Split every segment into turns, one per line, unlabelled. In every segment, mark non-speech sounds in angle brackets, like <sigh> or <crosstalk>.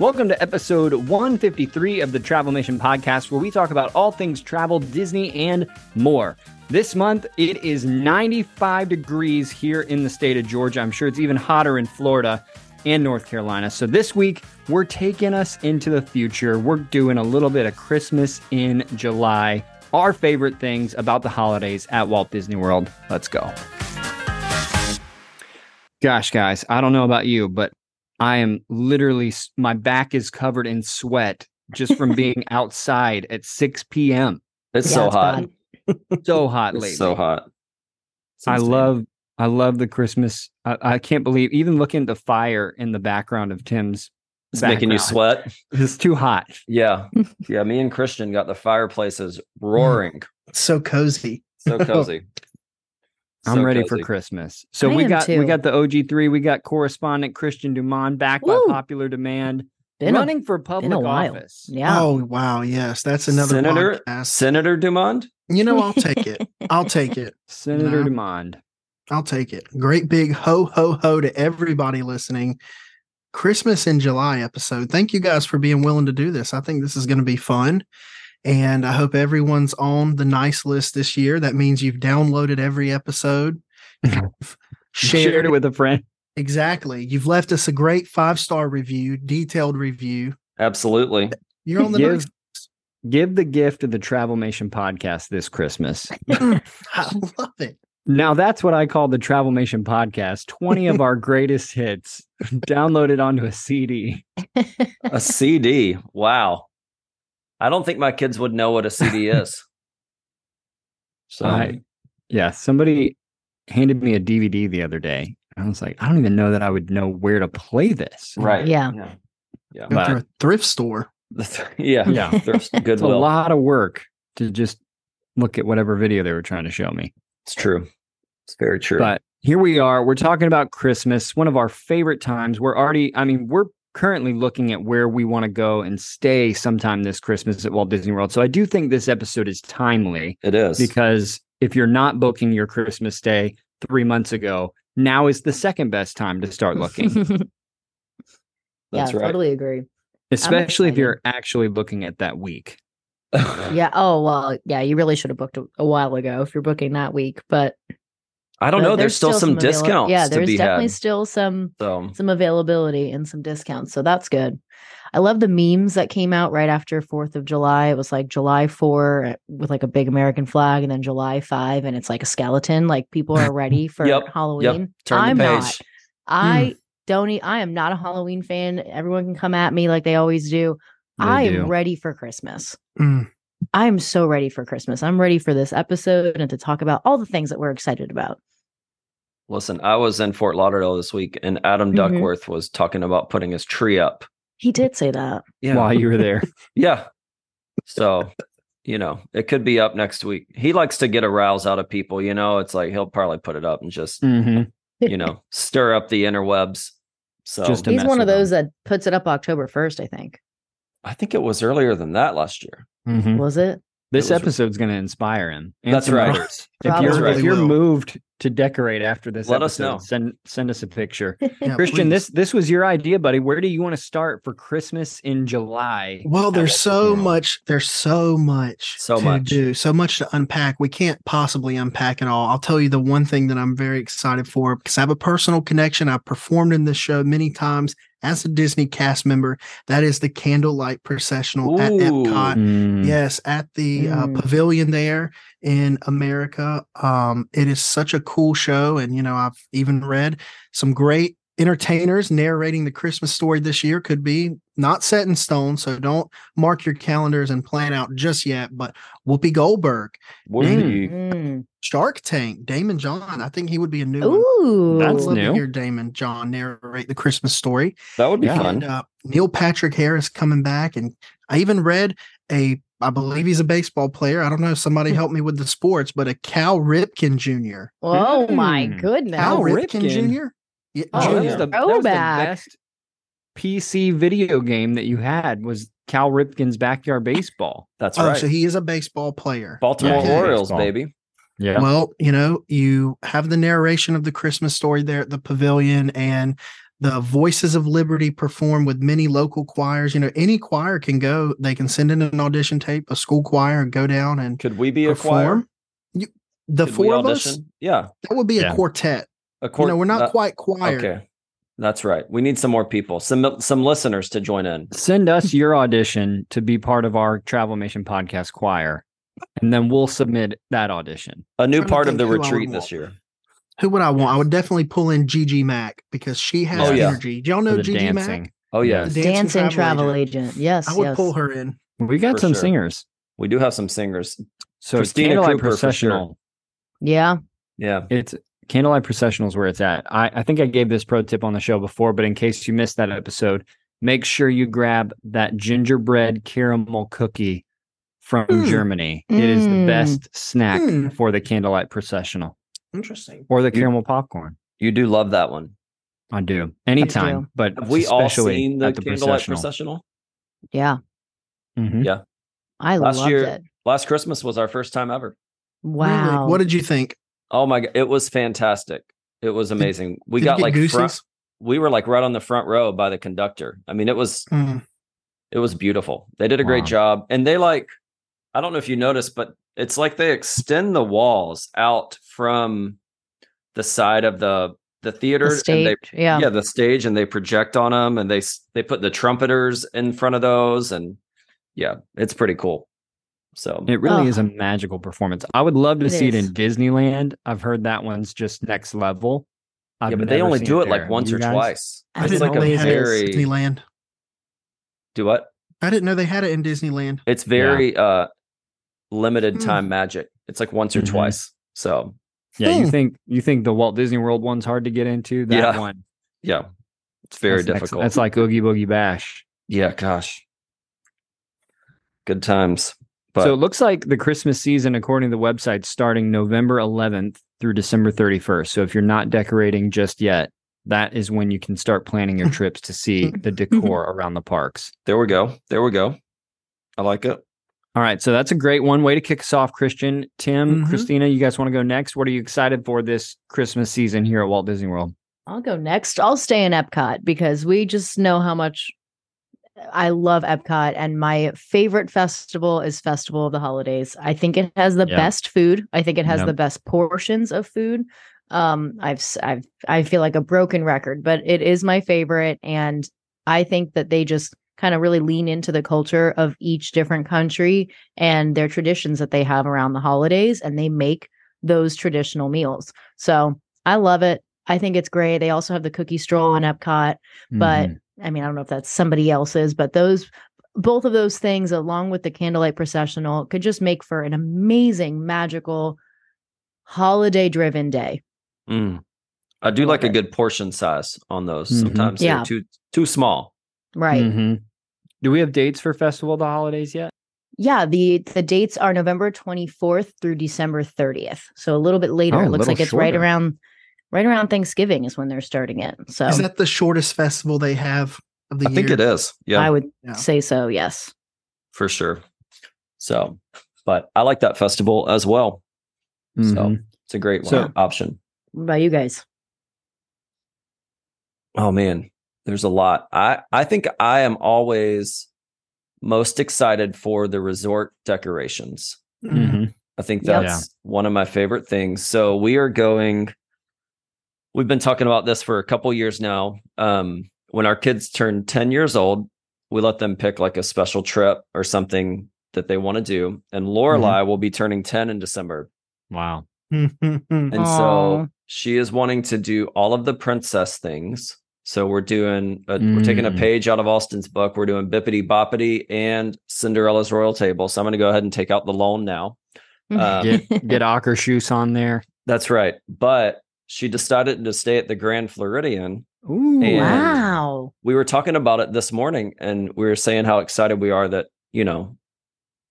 Welcome to episode 153 of the Travel Mission Podcast, where we talk about all things travel, Disney, and more. This month, it is 95 degrees here in the state of Georgia. I'm sure it's even hotter in Florida and North Carolina. So this week, we're taking us into the future. We're doing a little bit of Christmas in July, our favorite things about the holidays at Walt Disney World. Let's go. Gosh, guys, I don't know about you, but I am literally, my back is covered in sweat just
<laughs>
from being outside at 6 p.m.
It's
Yeah,
so
it's
hot.
bad.
<laughs>
So hot lately.
It's so hot.
I
insane.
love I love the Christmas. I, I can't believe even looking at the fire in the background of Tim's.
It's making you
background.
sweat.
It's too
<laughs>
hot.
Yeah. Yeah. Me and Christian got the fireplaces
Mm.
roaring.
so cozy.
So
<laughs>
cozy.
I'm
So
ready
cozy.
for Christmas. So
I
we
am
got we
too.
got the OG3, we got correspondent Christian Dumont back
Woo.
by popular demand,
Been a-
running for public
while.
office.
<laughs> yeah.
Oh wow, yes, that's another
Senator
podcast.
Senator Dumond.
you know, I'll
<laughs>
take it. I'll take it.
Senator
Yeah.
Dumond.
I'll take it. Great big ho ho ho to everybody listening. Christmas in July episode. Thank you guys for being willing to do this. I think this is going to be fun. And I hope everyone's on the nice list this year. That means you've downloaded every
<laughs>
episode, you've
Shared,
shared
it with a friend.
Exactly. You've left us a great five star review, detailed review.
Absolutely.
You're on the
Give-
nice
Give the gift of the Travelmation podcast this Christmas.
<laughs>
<laughs> I love it.
Now that's what I call the Travelmation podcast. 20 of our greatest hits downloaded onto a CD. <laughs>
A CD. Wow. I don't think my kids would know what
<laughs>
a CD is. So
I- Yeah, somebody handed me a DVD the other day. and I was like, I don't even know that I would know where to play this.
right.
Yeah.
Yeah. <laughs>
Go through
Yeah.
a thrift store.
yeah.
Yeah.
Thrift
<laughs> It's a
Goodwill.
lot of work to just look at whatever video they were trying to show me.
It's true. It's very true.
But here we are. We're talking about Christmas, one of our favorite times. We're already, I mean, we're currently looking at where we want to go and stay sometime this Christmas at Walt Disney World. So I do think this episode is timely
it is. <laughs>
because if you're not booking your Christmas day three months ago, now is the second best time to start looking.
<laughs> yeah,
That's right.
totally agree.
especially if
excited.
you're actually looking at that week.
Yeah. Oh well. Yeah. You really should have booked a, a while ago if you're booking that week. But
I don't
but
know. There's, still, some,
avail-
discounts
Yeah.
to
There's
be
definitely
had.
still some
so
some availability and some discounts. So that's good. I love the memes that came out right after Fourth of July. It was like July four uh, with like a big American flag, and then July five, and it's like a skeleton. Like people are
<laughs>
ready for
Yep, yep.
Halloween.
turn
I'm
the
not.
page.
I don't. E- I am not a Halloween fan. Everyone can come at me like they always do.
They
I am
do.
ready for Christmas.
Mm.
I am so ready for Christmas. I'm ready for this episode and to talk about all the things that we're excited about.
Listen, I was in Fort Lauderdale this week, and Adam
Mm-hmm.
Mhm.
Duckworth was talking about putting his tree up.
He did say that.
Yeah,
while you were
<laughs>
there.
yeah. So, you know, it could be up next week. He likes to get a rouse out of people. You know, it's like he'll probably put it up and
Mm.
just
Mm-hmm.
you
<laughs>
know stir up the interwebs. So
Just to
He's
mess
one of
with
those that puts it up October 1st, I think.
I think it was earlier than that last year.
Mhm.
Was it?
This
It was-
episode's going to inspire him. and
That's
some
<laughs>
right.
others. if
Probably
you're, if
will.
you're moved to decorate after this,
Let us
episode,
know.
Send send us a picture.
Yeah,
Christian,
please.
this this was your idea, buddy. Where do you want to start for Christmas in July?
Well,
at
there's
Walt
so
Disney World?
much. There's so much.
So
to
much.
Do so much to unpack. We can't possibly unpack it all. I'll tell you the one thing that I'm very excited for because I have a personal connection. I've performed in this show many times as a Disney cast member. That is the candlelight processional at
Ooh.
Epcot.
Mm.
Yes, at the
Mm.
uh, pavilion there in America. Um, it is such a cool show, and you know I've even read some great entertainers narrating the Christmas story this year. Could be not set in stone, so don't mark your calendars and plan out just yet. But Whoopi Goldberg,
Whoopee.
Mm.
Shark Tank, Damon John. I think he would be a new one.
Ooh.
I'd
That's
love
new.
to hear Damon John narrate the Christmas story.
That would be
Yeah.
fun.
And uh, Neil Patrick Harris coming back, and I even read a, I believe he's a baseball player. I don't know. Somebody
Hmm.
help me with the sports, but a Cal Ripken Jr.
Oh my
Mm.
goodness.
Cal
Al
Ripken,
Ripken?
Jr. Yeah,
Oh,
Oh, that
Jr.
was the, that was the
Throwback.
best PC video game that you had was Cal Ripken's Backyard Baseball.
That's
oh,
right.
so he is a baseball player.
Baltimore
Okay.
Orioles,
Baseball.
baby.
Yeah.
Well, you know, you have the narration of the Christmas story there at the pavilion and the Voices of Liberty perform with many local choirs. You know, any choir can go, they can send in an audition tape, a school choir, and go down and
Could we be a choir?
perform. You, the
Could we
four of us,
audition? Yeah.
that would be
Yeah.
a quartet.
A quar-
you know, we're not
that-
quite choir.
Okay. That's right. We need some more people, some some listeners to join in.
Send us your audition to be part of our Travel Nation podcast choir, and then we'll submit that audition.
A new
trying to
part of
think
the
who I would
retreat
want.
this year.
Who would I want? I would definitely pull in Gigi Mac because she has
Oh, yeah.
energy. Do y'all know
for the
Gigi
dancing.
Mac?
Oh yeah.
The
Dance and travel, agent. Yes.
I would
yes.
pull her in.
We got
For
some
sure.
singers.
We do have some singers.
So it's
Christina
Candlelight
Cooper, for sure.
Processional.
Yeah.
Yeah.
It's Candlelight Processional is where it's at. I, I think I gave this pro tip on the show before, but in case you missed that episode, make sure you grab that gingerbread caramel cookie from
Hmm.
Mm.
Germany. It is the
Mm.
best snack
Hmm,
for the Candlelight Processional
interesting.
or the
You-
caramel popcorn.
You do love that one.
I do anytime,
do.
but
Have we all
especially
seen the,
at the
candlelight
processional.
processional?
Yeah.
Mhm.
I
Last
loved
year-
it.
Last Christmas was our first time ever.
Wow.
Really? What did you think?
Oh my god, it was fantastic. It was amazing. we
Did you
got
get
like
gooses?
front, we were like right on the front row by the conductor. I mean, it was
Hmm.
it was beautiful. They did a great
Wow.
job. And they like I don't know if you noticed, but it's like they extend the walls out from the side of the the theater
The
and they
stage. yeah.
yeah the stage and they project on them and they s- they put the trumpeters in front of those and yeah it's pretty cool so
It really
Oh.
is a magical performance. I would love to
It
see it
is.
in Disneyland. I've heard that one's just next level. I've
yeah but they
never
only
seen
do it
there.
like once
You
or
guys-
twice
I
I
it's
didn't
like
know
a
they had
very
it at Disneyland.
do what
I didn't know they had it in Disneyland.
it's very uh limited
Hmm.
time magic it's like once or
Mhm.
twice so
Yeah, you
Hmm.
think you think the Walt Disney World one's hard to get into? That
Yeah.
one.
yeah it's very
That's next-
difficult
That's like Oogie Boogie Bash.
yeah gosh good times but
so it looks like the Christmas season, according to the website, starting November 11th through December 31st. So if you're not decorating just yet, that is when you can start planning
<laughs>
your trips to see the decor around the parks.
there we go there we go i like it
All right, so that's a great one way to kick us off, Christian. Tim,
Mm-hmm.
Mhm.
Christina, you guys want to go next? What are you excited for this Christmas season here at Walt Disney World?
I'll go next. I'll stay in Epcot because we just know how much I love Epcot and my favorite festival is Festival of the Holidays. I think it has the
Yeah.
best food. I think it has
Yeah.
the best portions of food. Um I've s- I've I feel like a broken record, but it is my favorite and I think that they just kind of really lean into the culture of each different country and their traditions that they have around the holidays and they make those traditional meals. So, I love it. I think it's great. They also have the cookie stroll in Epcot. But
Mm-hmm.
Mhm.
I mean, I don't know if that's somebody else's, but those both of those things, along with the candlelight processional, could just make for an amazing, magical, holiday driven day.
Mm. I do
Love
like a
it.
good portion size on those.
Mhm.
Sometimes they're
Yeah.
too too small.
Right.
Mm-hmm.
Mhm. do we have dates for Festival of the Holidays yet?
Yeah. The the dates are November 24th through December 30th. So a little bit later.
Oh, a
it looks
little
like it's right
shorter.
around right around Thanksgiving is when they're starting it. So
Is that the shortest festival they have of the
I
year?
think it is. Yeah,
I would
Yeah.
say so, yes.
for sure. So, but I like that festival as well. So Mm-hmm.
Mhm.
it's a great
So-
one, option.
What about you guys?
Oh man, there's a lot. I I think I am always most excited for the resort decorations.
Mm.
Mhm.
I think
Yep.
that's one of my favorite things. So we are going. We've been talking about this for a couple years now. Um, when our kids turn ten years old, we let them pick like a special trip or something that they want to do. And
Mm-hmm.
Lorelai will be turning ten in December,
wow.
<laughs> Mhm.
and
Aw.
so she is wanting to do all of the princess things. So we're doing a, we're taking a
Mm.
page out of Austin's book. We're doing Bippity Boppity and Cinderella's Royal Table. So I'm going to go ahead and take out the loan now. Uh,
Get
<laughs>
get Ocker shoes on there.
That's right. But she decided to stay at the Grand Floridian.
Ooh,
<laughs>
And-
wow.
We were talking about it this morning and we were saying how excited we are that, you know,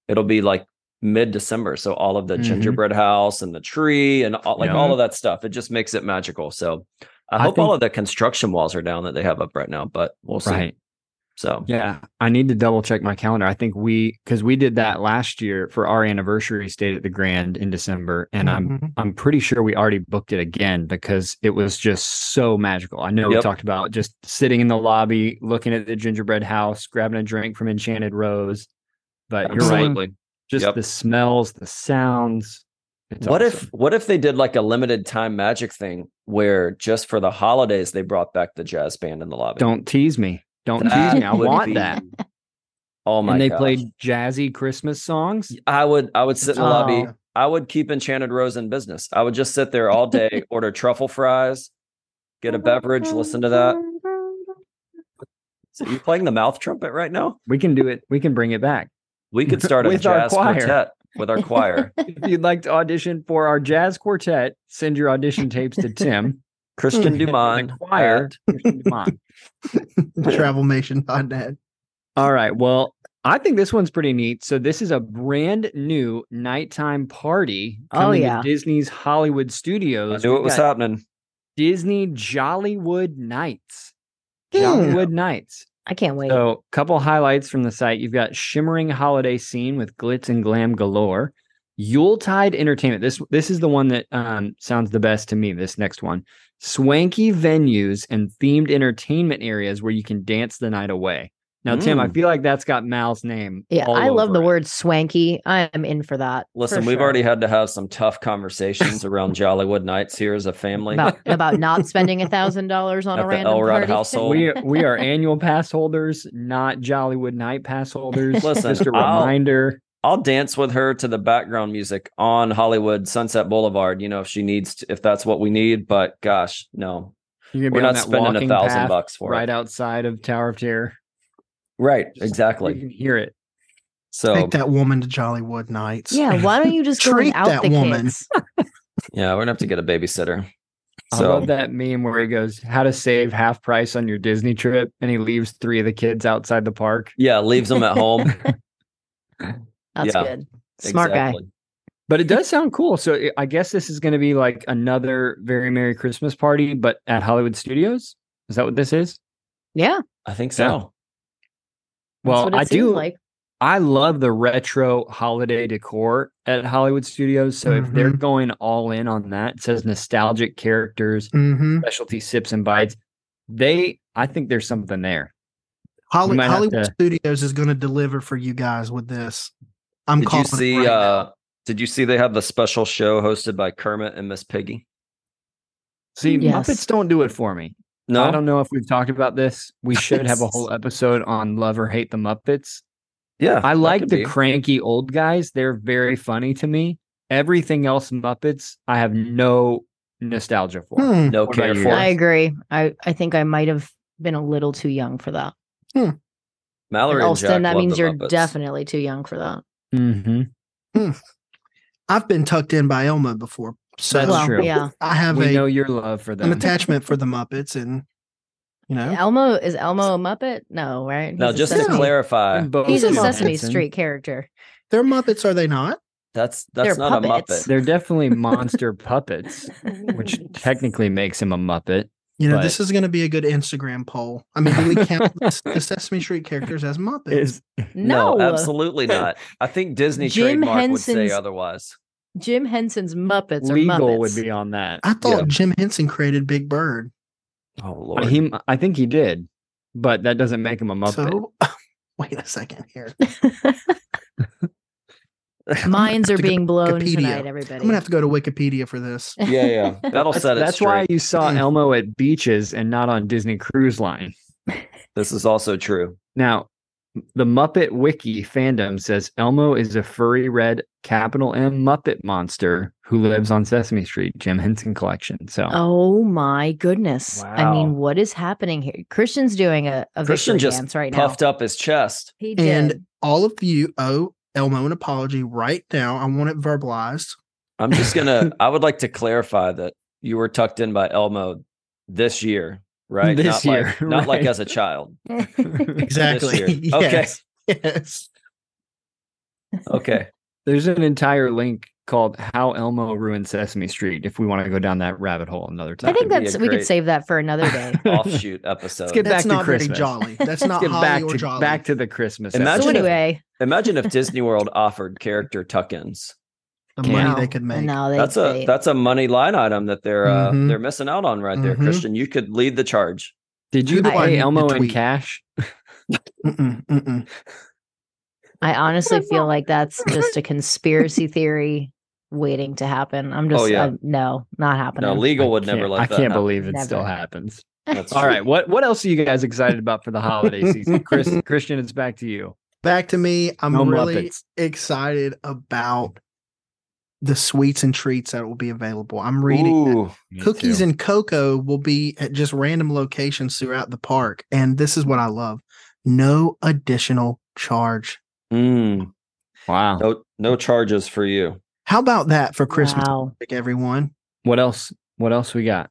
it'll be like mid December. So all of the
Mhm.
gingerbread house and the tree and all, like
Yeah.
all of that stuff, it just makes it magical. So I,
I
hope all
think-
of the construction walls are down that they have up right now, but we'll see.
right.
So
Yeah, I need to double check my calendar. I think we because we did that last year for our anniversary stayed at the Grand in December, and I'm
Mhm.
I'm pretty sure we already booked it again because it was just so magical. I know we
Yep.
talked about just sitting in the lobby, looking at the gingerbread house, grabbing a drink from Enchanted Rose. But you're right,
absolutely.
just
Yep.
the smells, the sounds. It's
what
awesome.
if what if they did like a limited time magic thing where just for the holidays they brought back the jazz band in the lobby?
Don't tease me. Don't
That
tease me. I
would
want
be-
that.
Oh my
and they
gosh.
played jazzy Christmas songs.
I would I would sit in the lobby.
Oh.
I would keep Enchanted Rose in business. I would just sit there
<laughs>
all day, order truffle fries,
Oh,
get a beverage, listen to that. So you playing the mouth trumpet right now?
We can do it. We can bring it back.
We could start a
With our
jazz
choir.
quartet with
<laughs>
our choir.
if you'd like to audition for our jazz quartet, send your audition tapes to Tim.
Christian
The
Dumont.
choir.
at-
Dumont.
Travelmation.net.
All right. Well, I think this one's pretty neat. So this is a brand new nighttime party
Oh,
coming
yeah.
to Disney's Hollywood
I
Studios.
knew
We've
it was
got
happening.
Disney Jollywood Nights.
Yeah.
Jollywood Nights.
I can't wait.
So, couple highlights from the site. You've got shimmering holiday scene with glitz and glam galore. Yuletide entertainment. This this is the one that um, sounds the best to me. This next one, swanky venues and themed entertainment areas where you can dance the night away. Now, Tim, I
Mm.
feel like that's got Mal's name.
yeah,
all
I love
over
the
it.
word swanky. I am in for that. for
Listen, we've
sure.
already had to have some tough conversations around Jollywood nights here as a family. <laughs>
about about not spending a thousand dollars on
At
a
the
random
Elrod
party.
household.
We
<laughs>
are, we are annual pass holders, not Jollywood night pass holders.
Listen,
just a
I'll-
reminder.
I'll dance with her to the background music on Hollywood Sunset Boulevard, you know, if she needs to, if that's what we need. But gosh, no.
You're gonna
We're
be on
not
that
spending a
walking
thousand
path
bucks for
right
it.
outside of Tower of Terror.
Right.
Just- You
Exactly.
can hear it.
So
Take that woman to Jollywood Nights. <laughs>
Yeah, why don't you just go
Treat
and out
that
the
woman.
kids?
yeah, we're gonna have to get a babysitter.
I
So
love that meme where he goes, "How to save half price on your Disney trip," and he leaves three of the kids outside the park.
yeah, leaves them
<laughs>
at home.
That's
Yeah,
good. Smart
Exactly.
But it does sound cool. So I- I guess this is going to be like another very merry Christmas party, but at Hollywood Studios. Is that what this is?
guy. Yeah. that's
I think so.
Well,
what it
I
seems
do.
like.
I love the retro holiday decor at Hollywood Studios. So if they're going all in on that, it says nostalgic characters,
Mm-hmm.
specialty sips and bites. They, I think there's something there. We
Holly,
might have
Hollywood
to-
Studios is going to deliver for you guys with this. I'm
Did you
calling. it
see
right
uh did you see they have the special show hosted by Kermit and Miss Piggy?
See,
Yes.
Muppets don't do it for me.
No,
I don't know if we've talked about this.
<laughs>
We should have a whole episode on love or hate the Muppets. I
yeah, Uh, that
like
could
the
be.
cranky old guys. They're very funny to me. Everything else Muppets, I have no nostalgia for.
now. Hmm.
no
What about
care
you?
for.
I agree. I, I think I might have been a little too young for that. And
Mallory and
Elston,
Jack
that
love
means
the
you're
Muppets.
definitely too young for that.
Mhm.
I've been tucked in by Elma before, so
That's
well,
true.
yeah.
I have
We know
a,
your love for
an
them.
attachment for the Muppets, and you know,
Elmo is Elmo a Muppet? No, right?
Now
He's a
just to
Sesame-
clarify,
Uh, Both
he's a
Jim
Sesame
Henson.
Street character.
they're Muppets, are they not?
that's that's
They're
not
puppets.
a Muppet.
They're
<laughs>
definitely monster puppets, which technically makes him a Muppet.
You know,
But-
this is going to be a good Instagram poll. I mean, do we
<laughs>
count the, the Sesame Street characters as Muppets?
no, <laughs>
absolutely not. I think Disney
Jim
trademark would
Henson's-
say otherwise.
Jim Henson's Muppets are
legal
Muppets.
would be on that.
I thought
Yeah.
Jim Henson created Big Bird.
Oh lord, <laughs>
He, I think he did, but that doesn't make him a Muppet.
So, <laughs> wait a second here.
<laughs> Minds are
To go
being blown
Wikipedia.
tonight,
I'm
everybody.
gonna have to go to Wikipedia for this.
yeah, yeah, that'll set it
That's
straight.
why you
<clears throat>
saw
Mm.
Elmo at beaches and not on Disney Cruise Line.
This is
<laughs>
also true.
Now, the Muppet Wiki fandom says Elmo is a furry red capital M Muppet monster who lives on Sesame Street, Jim Henson collection. So
Oh my goodness. I mean,
Wow.
what is happening here? Christian's doing a, a
Christian
victory
just
dance right
Puffed
now.
up his chest.
He
<laughs>
And-
did.
All of you owe Elmo an apology right now. I want it verbalized.
I'm just
<laughs>
gonna. I would like to clarify that you were tucked in by Elmo this year, right?
This
not
year,
like-
<laughs>
not like
right.
as a child.
Exactly. <laughs>
year.
yes. Yes.
Okay,
<laughs> there's an entire link called How Elmo Ruined Sesame Street if we want to go down that rabbit hole another time.
I think
could be
that's
a
we could
great-
save that for another
<laughs>
<laughs>
day.
offshoot episode.
get back
That's
to
not very
Christmas.
jolly.
<laughs>
That's
Let's
not
get
holly
back
or
to
jolly.
back to the Christmas.
Imagine
so
episode.
if-
anyway,
Imagine if Disney World offered character tuck-ins.
the
Can't.
money
no,
they could make.
No, they,
That's a
they-
that's a money line item that they're uh,
Mm-hmm.
Mhm.
they're missing out on right there,
Mhm.
Christian. You could lead the charge.
Did you
People are
pay
new
Elmo
to
in
tweet.
cash?
Mm-mm, mm-mm.
I honestly feel like
<laughs>
that's just a conspiracy theory waiting to happen. I'm just
Oh, yeah.
uh, no, not happening.
No, legal would
I
never
can't-
let
I
that.
can't
happen.
believe it
Never.
still happens.
That's
All
true.
right, what what else are you guys excited about for the
<laughs>
holiday season? Chris, Christian, it's back to you.
Back to me. I'm
No
really
Muppets.
excited about the sweets and treats that will be available. I'm reading that
Ooh,
Me
cookies
too.
and cocoa will be at just random locations throughout the park. And this is what I love no additional charge.
Mm.
wow.
no no charges for you.
How about that for Christmas,
Wow.
everyone?
What else? What else we got?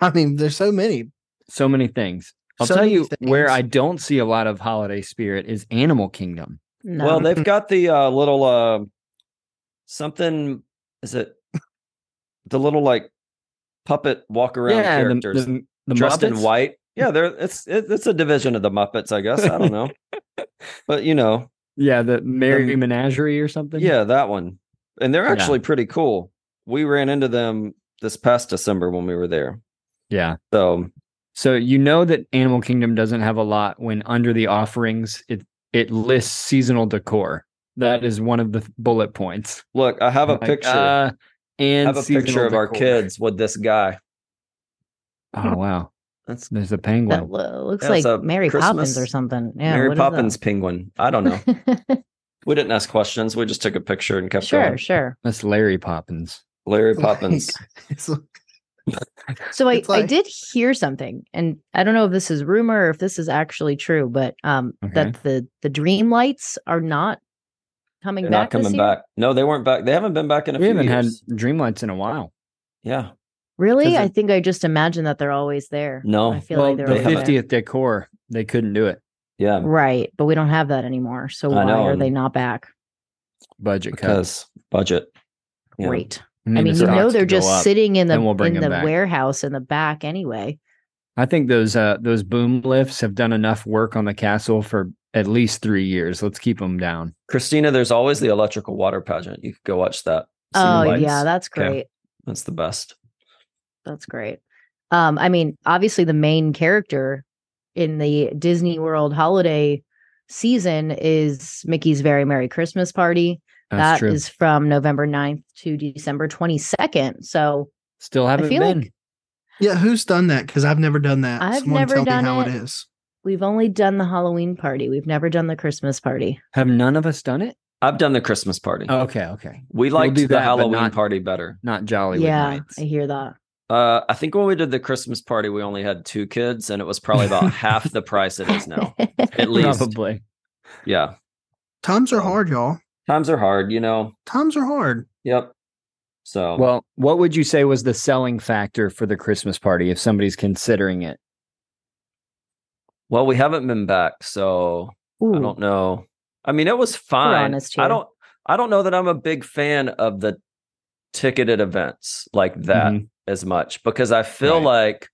I mean, there's so many.
So many things. I'll
So
tell
many
you where
<laughs> things.
I don't see a lot of holiday spirit is Animal Kingdom.
No.
Well, they've got the uh, little uh, something. Is it the little like puppet walk around
the,
characters
the, the
dressed in
Muppets?
white? Yeah, they're it's it, it's a division of the Muppets, I guess. I don't know,
<laughs>
but you know,
Yeah, the Merry
The-
Menagerie or something.
yeah, that one, and they're
Yeah.
actually pretty cool. We ran into them this past December when we were there,
yeah.
so
So you know that Animal Kingdom doesn't have a lot when under the offerings it it lists seasonal decor. That is one of the bullet points.
Look, I have a
Like,
picture.
uh,
I
and
have a picture
seasonal
of our
decor.
kids with this guy.
<laughs> Oh wow,
That's
there's the
that
penguin.
lo- looks
Yeah,
like
it's a
Mary Poppins
Christmas-
or something. Yeah,
Mary
what is that?
Poppins penguin. I don't
<laughs>
know. we didn't ask questions. We just took a picture and kept
sure,
going.
sure.
That's Larry Poppins.
<laughs>
Larry
Like-
Poppins.
It's like-
So I,
It's like-
I did hear something, and I don't know if this is rumor or if this is actually true, but um,
Okay.
that the the dream lights are not coming
They're
back.
not coming
this year?
back. No, they weren't back. They haven't been back in a
We
few
haven't
years.
had Dreamlights in a while.
Yeah.
Really?
'Cause
I
it-
think I just imagine that they're always there.
No.
I feel
Well, the
like they're always
they haven't.
there.
50th decor, they couldn't do it.
Yeah.
Right, but we don't have that anymore. So
I
why
know,
are they
and-
not back?
Budget cuts.
Because budget. Yeah.
Great.
need
I mean,
the
you know
stocks
they're
to go
just
up.
sitting in the
then we'll bring
in the
them back.
warehouse in the back anyway.
I think those uh those boom lifts have done enough work on the castle for at least three years. Let's keep them down.
Christina, there's always the electrical water pageant. You could go watch that. See the
Oh
lights.
yeah, that's
Okay.
great.
That's the best.
That's great. Um, I mean, obviously the main character in the Disney World holiday season is Mickey's Very Merry Christmas Party.
That's
That
true.
is from November 9th to December 22nd. So
Still haven't
feel
been.
like-
yeah, who's done that? Because I've never done that.
I've
Someone
never
tell
done
me how
it.
it is.
we've only done the Halloween party. We've never done the Christmas party.
Have none of us done it?
I've done the Christmas party.
okay, okay.
we liked
Oh, do
the
that, but
Halloween
not-
party better.
Not Jollywood
yeah,
Nights.
I hear that.
Uh, I think when we did the Christmas party, we only had two kids, and it was
<laughs>
probably about half the price it is now. At least,
Probably.
yeah.
Times are
So-
hard, y'all.
Times are hard, you know.
Times are hard.
Yep. So,
Well, what would you say was the selling factor for the Christmas party if somebody's considering it?
well, we haven't been back, so
<laughs>
I
Ooh,
don't know. I mean, it was fine.
honest
I
here.
don't. I don't know that I'm a big fan of the ticketed events like that
Mhm.
as much because I feel
Right.
like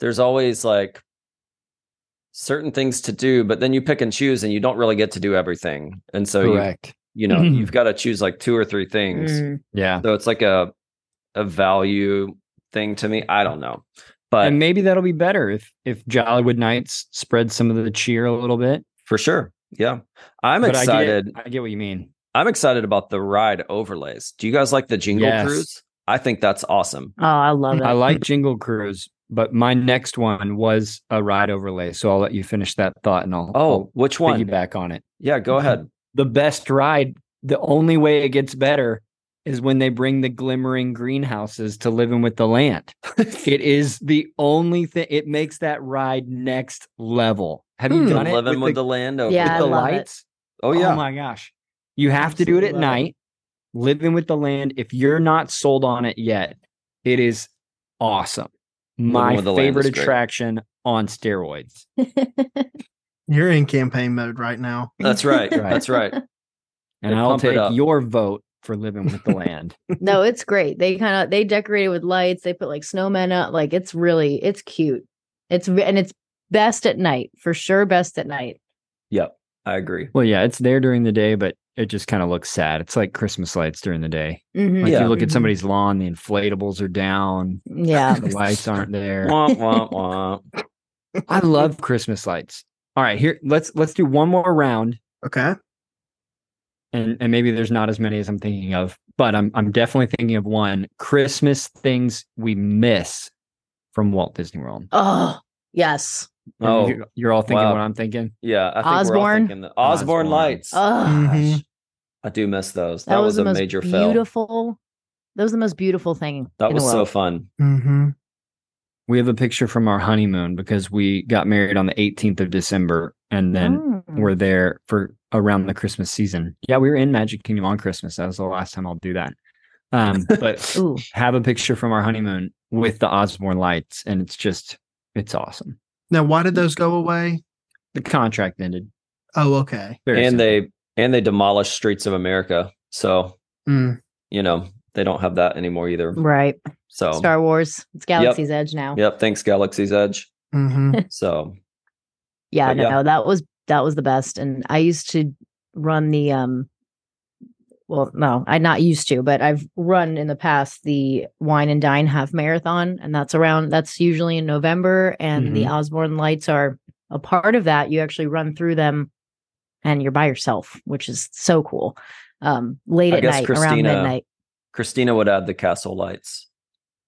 there's always like certain things to do, but then you pick and choose, and you don't really get to do everything. And so you
Correct.
you know
Mhm.
you've got to choose like two or three things.
mm,
Yeah.
So it's like a a value thing to me. I don't know, but
and maybe that'll be better if if Jollywood Nights spreads some of the cheer a little bit.
for sure, yeah, I'm
But I get-
excited.
I get what you mean.
I'm excited about the ride overlays. Do you guys like the Jingle
Yes.
Cruise? I think that's awesome.
oh, I love
<laughs>
it.
I like Jingle Cruise, but my next one was a ride overlay. So I'll let you finish that thought and I'll,
Oh, which
I'll
one?
piggyback on it.
Yeah,
<laughs>
go ahead.
The best ride, the only way it gets better is when they bring the glimmering greenhouses to living with the
<laughs>
land. it is the only thing, it makes that ride next level. Have you
Hmm.
done it?
Living with, the,
with
land over.
with
Yeah, I
the
love it.
lights?
Oh yeah.
my gosh. You have to do it at
Absolutely love it.
night. Living with the land. If you're not sold on it yet, it is awesome. My
with the Land is
favorite
great.
attraction on steroids.
You're in campaign mode right now.
<laughs>
that's right.
Right.
That's right.
And
They
I'll
pump it
take
up.
your vote for living with the land.
no, it's great. They kind of they decorated with lights. They put like snowmen up. Like it's really it's cute. It's re- and it's best at night for sure. Best at night.
Yep, I
<laughs>
agree.
Well, yeah, it's there during the day, but it just kind of looks sad. It's like Christmas lights during the day.
Mhm.
Like
Yeah. Mm-hmm.
you look at
Mhm.
somebody's lawn, the inflatables are
<laughs>
down,
Mm-hmm. Yeah.
the lights aren't there.
Womp womp womp.
I love Christmas lights. All right, here let's let's do one more round,
Okay.
and and maybe there's not as many as I'm thinking of, but I'm I'm definitely thinking of one Christmas things we miss from Walt Disney World.
Oh yes.
And
Oh,
you- you're all thinking
wow.
what I'm thinking.
yeah. I think Osborne. We're all
Osborne?
thinking the Osborne
Osborne. Mm-hmm.
lights.
Oh,
Mhm.
Gosh, I do miss those. Mm. That,
that,
was,
the
a
most
major fail.
beautiful. That was the most beautiful thing.
That
in
was
the
so
world.
fun.
Mm-hmm.
We have a picture from our honeymoon because we got married on the 18th of December, and then
Mm.
were there for around the Christmas season. Yeah, we were in Magic Kingdom on Christmas. That was the last time I'll do that. Um,
<laughs>
but
Ooh,
have a picture from our honeymoon with the Osborne lights, and it's just it's awesome.
Now, why did those go away?
The contract ended.
Oh, okay.
Very
and
simple.
they and they demolished Streets of America. So,
Mm.
you know, they don't have that anymore either.
right.
So
Star Wars. It's Galaxy's Edge now.
Yep, thanks Galaxy's
<laughs>
Edge.
<laughs>
hmm
So
yeah
But
no,
yeah.
no that was that was the best and i used to run the um well no i not used to but i've run in the past the wine and dine half marathon and that's around that's usually in november and the
Mm-hmm.
Mhm.
osborne lights are a part of that you actually run through them and you're by yourself which is so cool um late
I
at
guess
night around
Christina
midnight
Christina would add the castle lights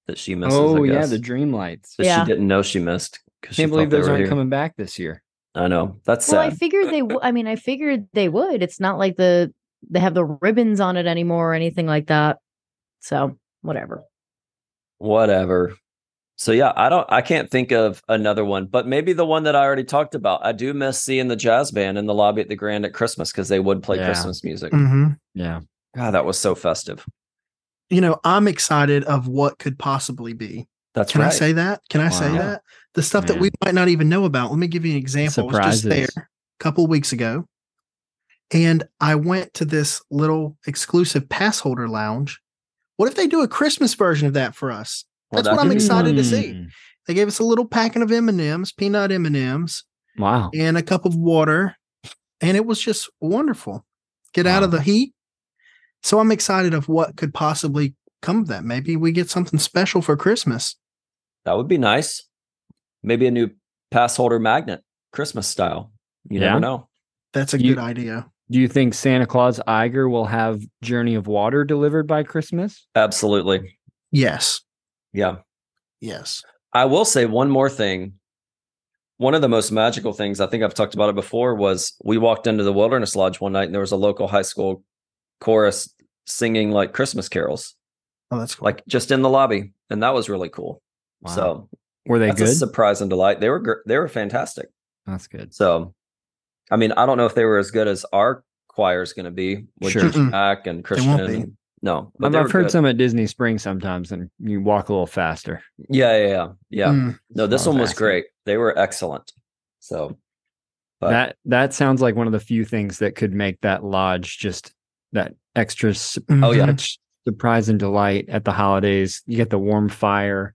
that she misses.
oh
I
yeah,
guess,
the dream lights.
that
Yeah.
she didn't know she missed. 'cause she
Can't believe
thought they
those
were
aren't
here.
coming back this year.
I know that's
Well, I
sad.
figured they. W- I mean, I figured they would. It's not like the they have the ribbons on it anymore or anything like that. So whatever.
Whatever. So yeah, I don't. I can't think of another one, but maybe the one that I already talked about. I do miss seeing the jazz band in the lobby at the Grand at Christmas because they would play
Yeah.
Christmas music.
Mm.
hmm
Yeah,
God, that was so festive.
You know, I'm excited of what could possibly be.
That's
Can
right.
I say that? Can I say
Wow.
that? The stuff that we might not even know about. Let me give you an example. I was just
Surprises.
there a couple weeks ago, and I went to this little exclusive pass holder lounge. What if they do a Christmas version of that for us?
Well,
That's what
that
I'm
Mm.
could be fun.
excited to see. They gave us a little packet of M and M's, peanut M and M's,
Wow.
and a cup of water, and it was just wonderful. Get out of
Wow.
the heat. So I'm excited of what could possibly come of that. Maybe we get something special for Christmas.
That would be nice. Maybe a new pass holder magnet, Christmas style. You
Yeah.
never know.
That's a
You-
good idea.
Do you think Santa Claus Iger will have Journey of Water delivered by Christmas?
Absolutely.
Yes.
Yeah.
Yes.
I will say one more thing. One of the most magical things, I think I've talked about it before, was we walked into the Wilderness Lodge one night and there was a local high school chorus singing like Christmas carols,
Oh, that's cool.
like just in the lobby. And that was really cool.
Wow.
So
were they
that's a
good?
surprise and delight. They were, gr- they were fantastic.
That's good.
So, I mean, I don't know if they were as good as our choir's going to be with
Sure.
Mm-mm.
Jack and Christian.
be.
and- no, but
I've,
they
I've
were
heard
good.
some at Disney Springs sometimes, and you walk a little faster.
Yeah, yeah, yeah. yeah.
Mm.
No, this
Well,
one was
that's-
great. They were excellent. So, but
that that sounds like one of the few things that could make that lodge just that extra su-
Oh, yeah.
Mhm.
much surprise and delight at the holidays. You get the warm fire.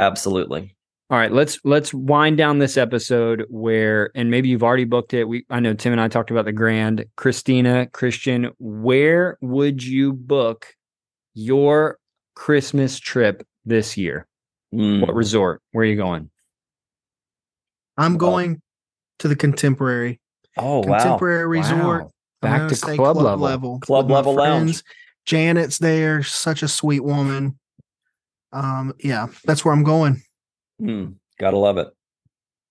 absolutely.
All right, let's let's wind down this episode where and maybe you've already booked it. We I know Tim and I talked about the grand. Christina, Christian, where would you book your Christmas trip this year?
Mm.
What resort? Where are you going?
I'm
Wow.
going to the contemporary
Oh wow!
contemporary resort.
Wow.
I'm
Back
gonna
to
stay
club level.
Club
with my
level lounge.
Janet's there, such a sweet woman. Um, yeah, that's where I'm going.
Mm, gotta love it.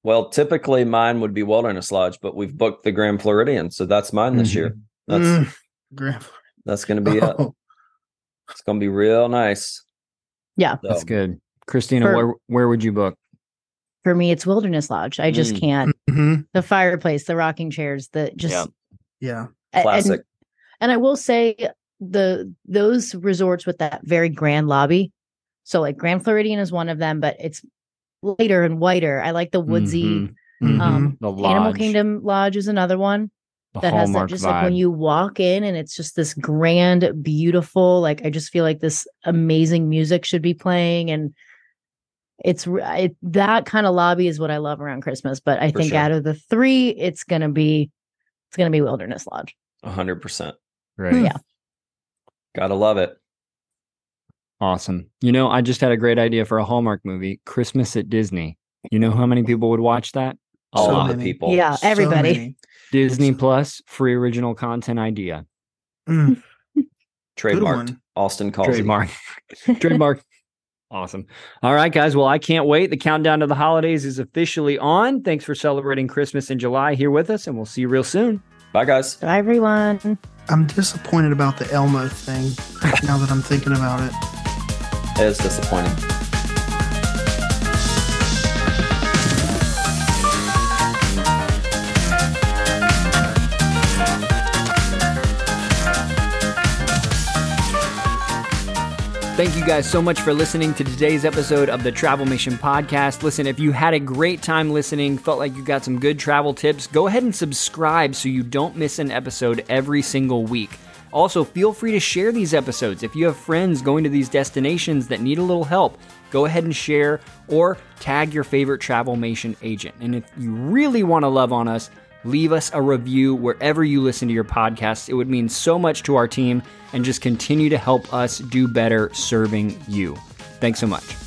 Well, typically mine would be Wilderness Lodge, but we've booked the Grand Floridian, so that's mine this
Mhm.
year. That's
Mm. Grand-
that's gonna be
<laughs>
it.
Oh,
It's gonna be real nice.
Yeah.
That's
So,
good. Christina,
For-
where where would you book?
for me it's wilderness lodge i just
Mm.
can't
mhm.
the fireplace the rocking chairs the just
Yeah.
a-
Yeah.
Classic.
And, and i will say the those resorts with that very grand lobby so like grand floridian is one of them but it's lighter and whiter i like the woodsy
Mhm.
Mm-hmm,
mhm.
um
The
animal
lodge.
kingdom lodge is another one
The
that has that
Hallmark
just
vibe.
like when you walk in and it's just this grand beautiful like i just feel like this amazing music should be playing and it's r- it, that kind of lobby is what i love around christmas but i
For
think
sure.
out of the three it's gonna be it's gonna be wilderness lodge
hundred percent.
right.
Yeah.
Gotta love it.
Awesome. You know, I just had a great idea for a Hallmark movie, Christmas at Disney. You know how many people would watch that?
A
So
lot of
many.
people.
yeah
So
everybody
many.
Disney Plus, free original content idea.
Mm, good
Trademarked.
one.
Austin calls
Trademark. <laughs> Trademark. Awesome. All right, guys. Well, I can't wait. The countdown to the holidays is officially on. Thanks for celebrating Christmas in July here with us, and we'll see you real soon.
Bye
<laughs>
guys.
Bye, everyone
I'm disappointed about the
<laughs>
Elmo thing now that I'm thinking about it.
It's disappointing.
Thank you guys so much for listening to today's episode of the Travel Mission Podcast. Listen, if you had a great time listening, felt like you got some good travel tips, go ahead and subscribe so you don't miss an episode every single week. Also, feel free to share these episodes. If you have friends going to these destinations that need a little help, go ahead and share or tag your favorite Travelmation agent. And if you really want to love on us, leave us a review wherever you listen to your podcasts. It would mean so much to our team and just continue to help us do better serving you. Thanks so much.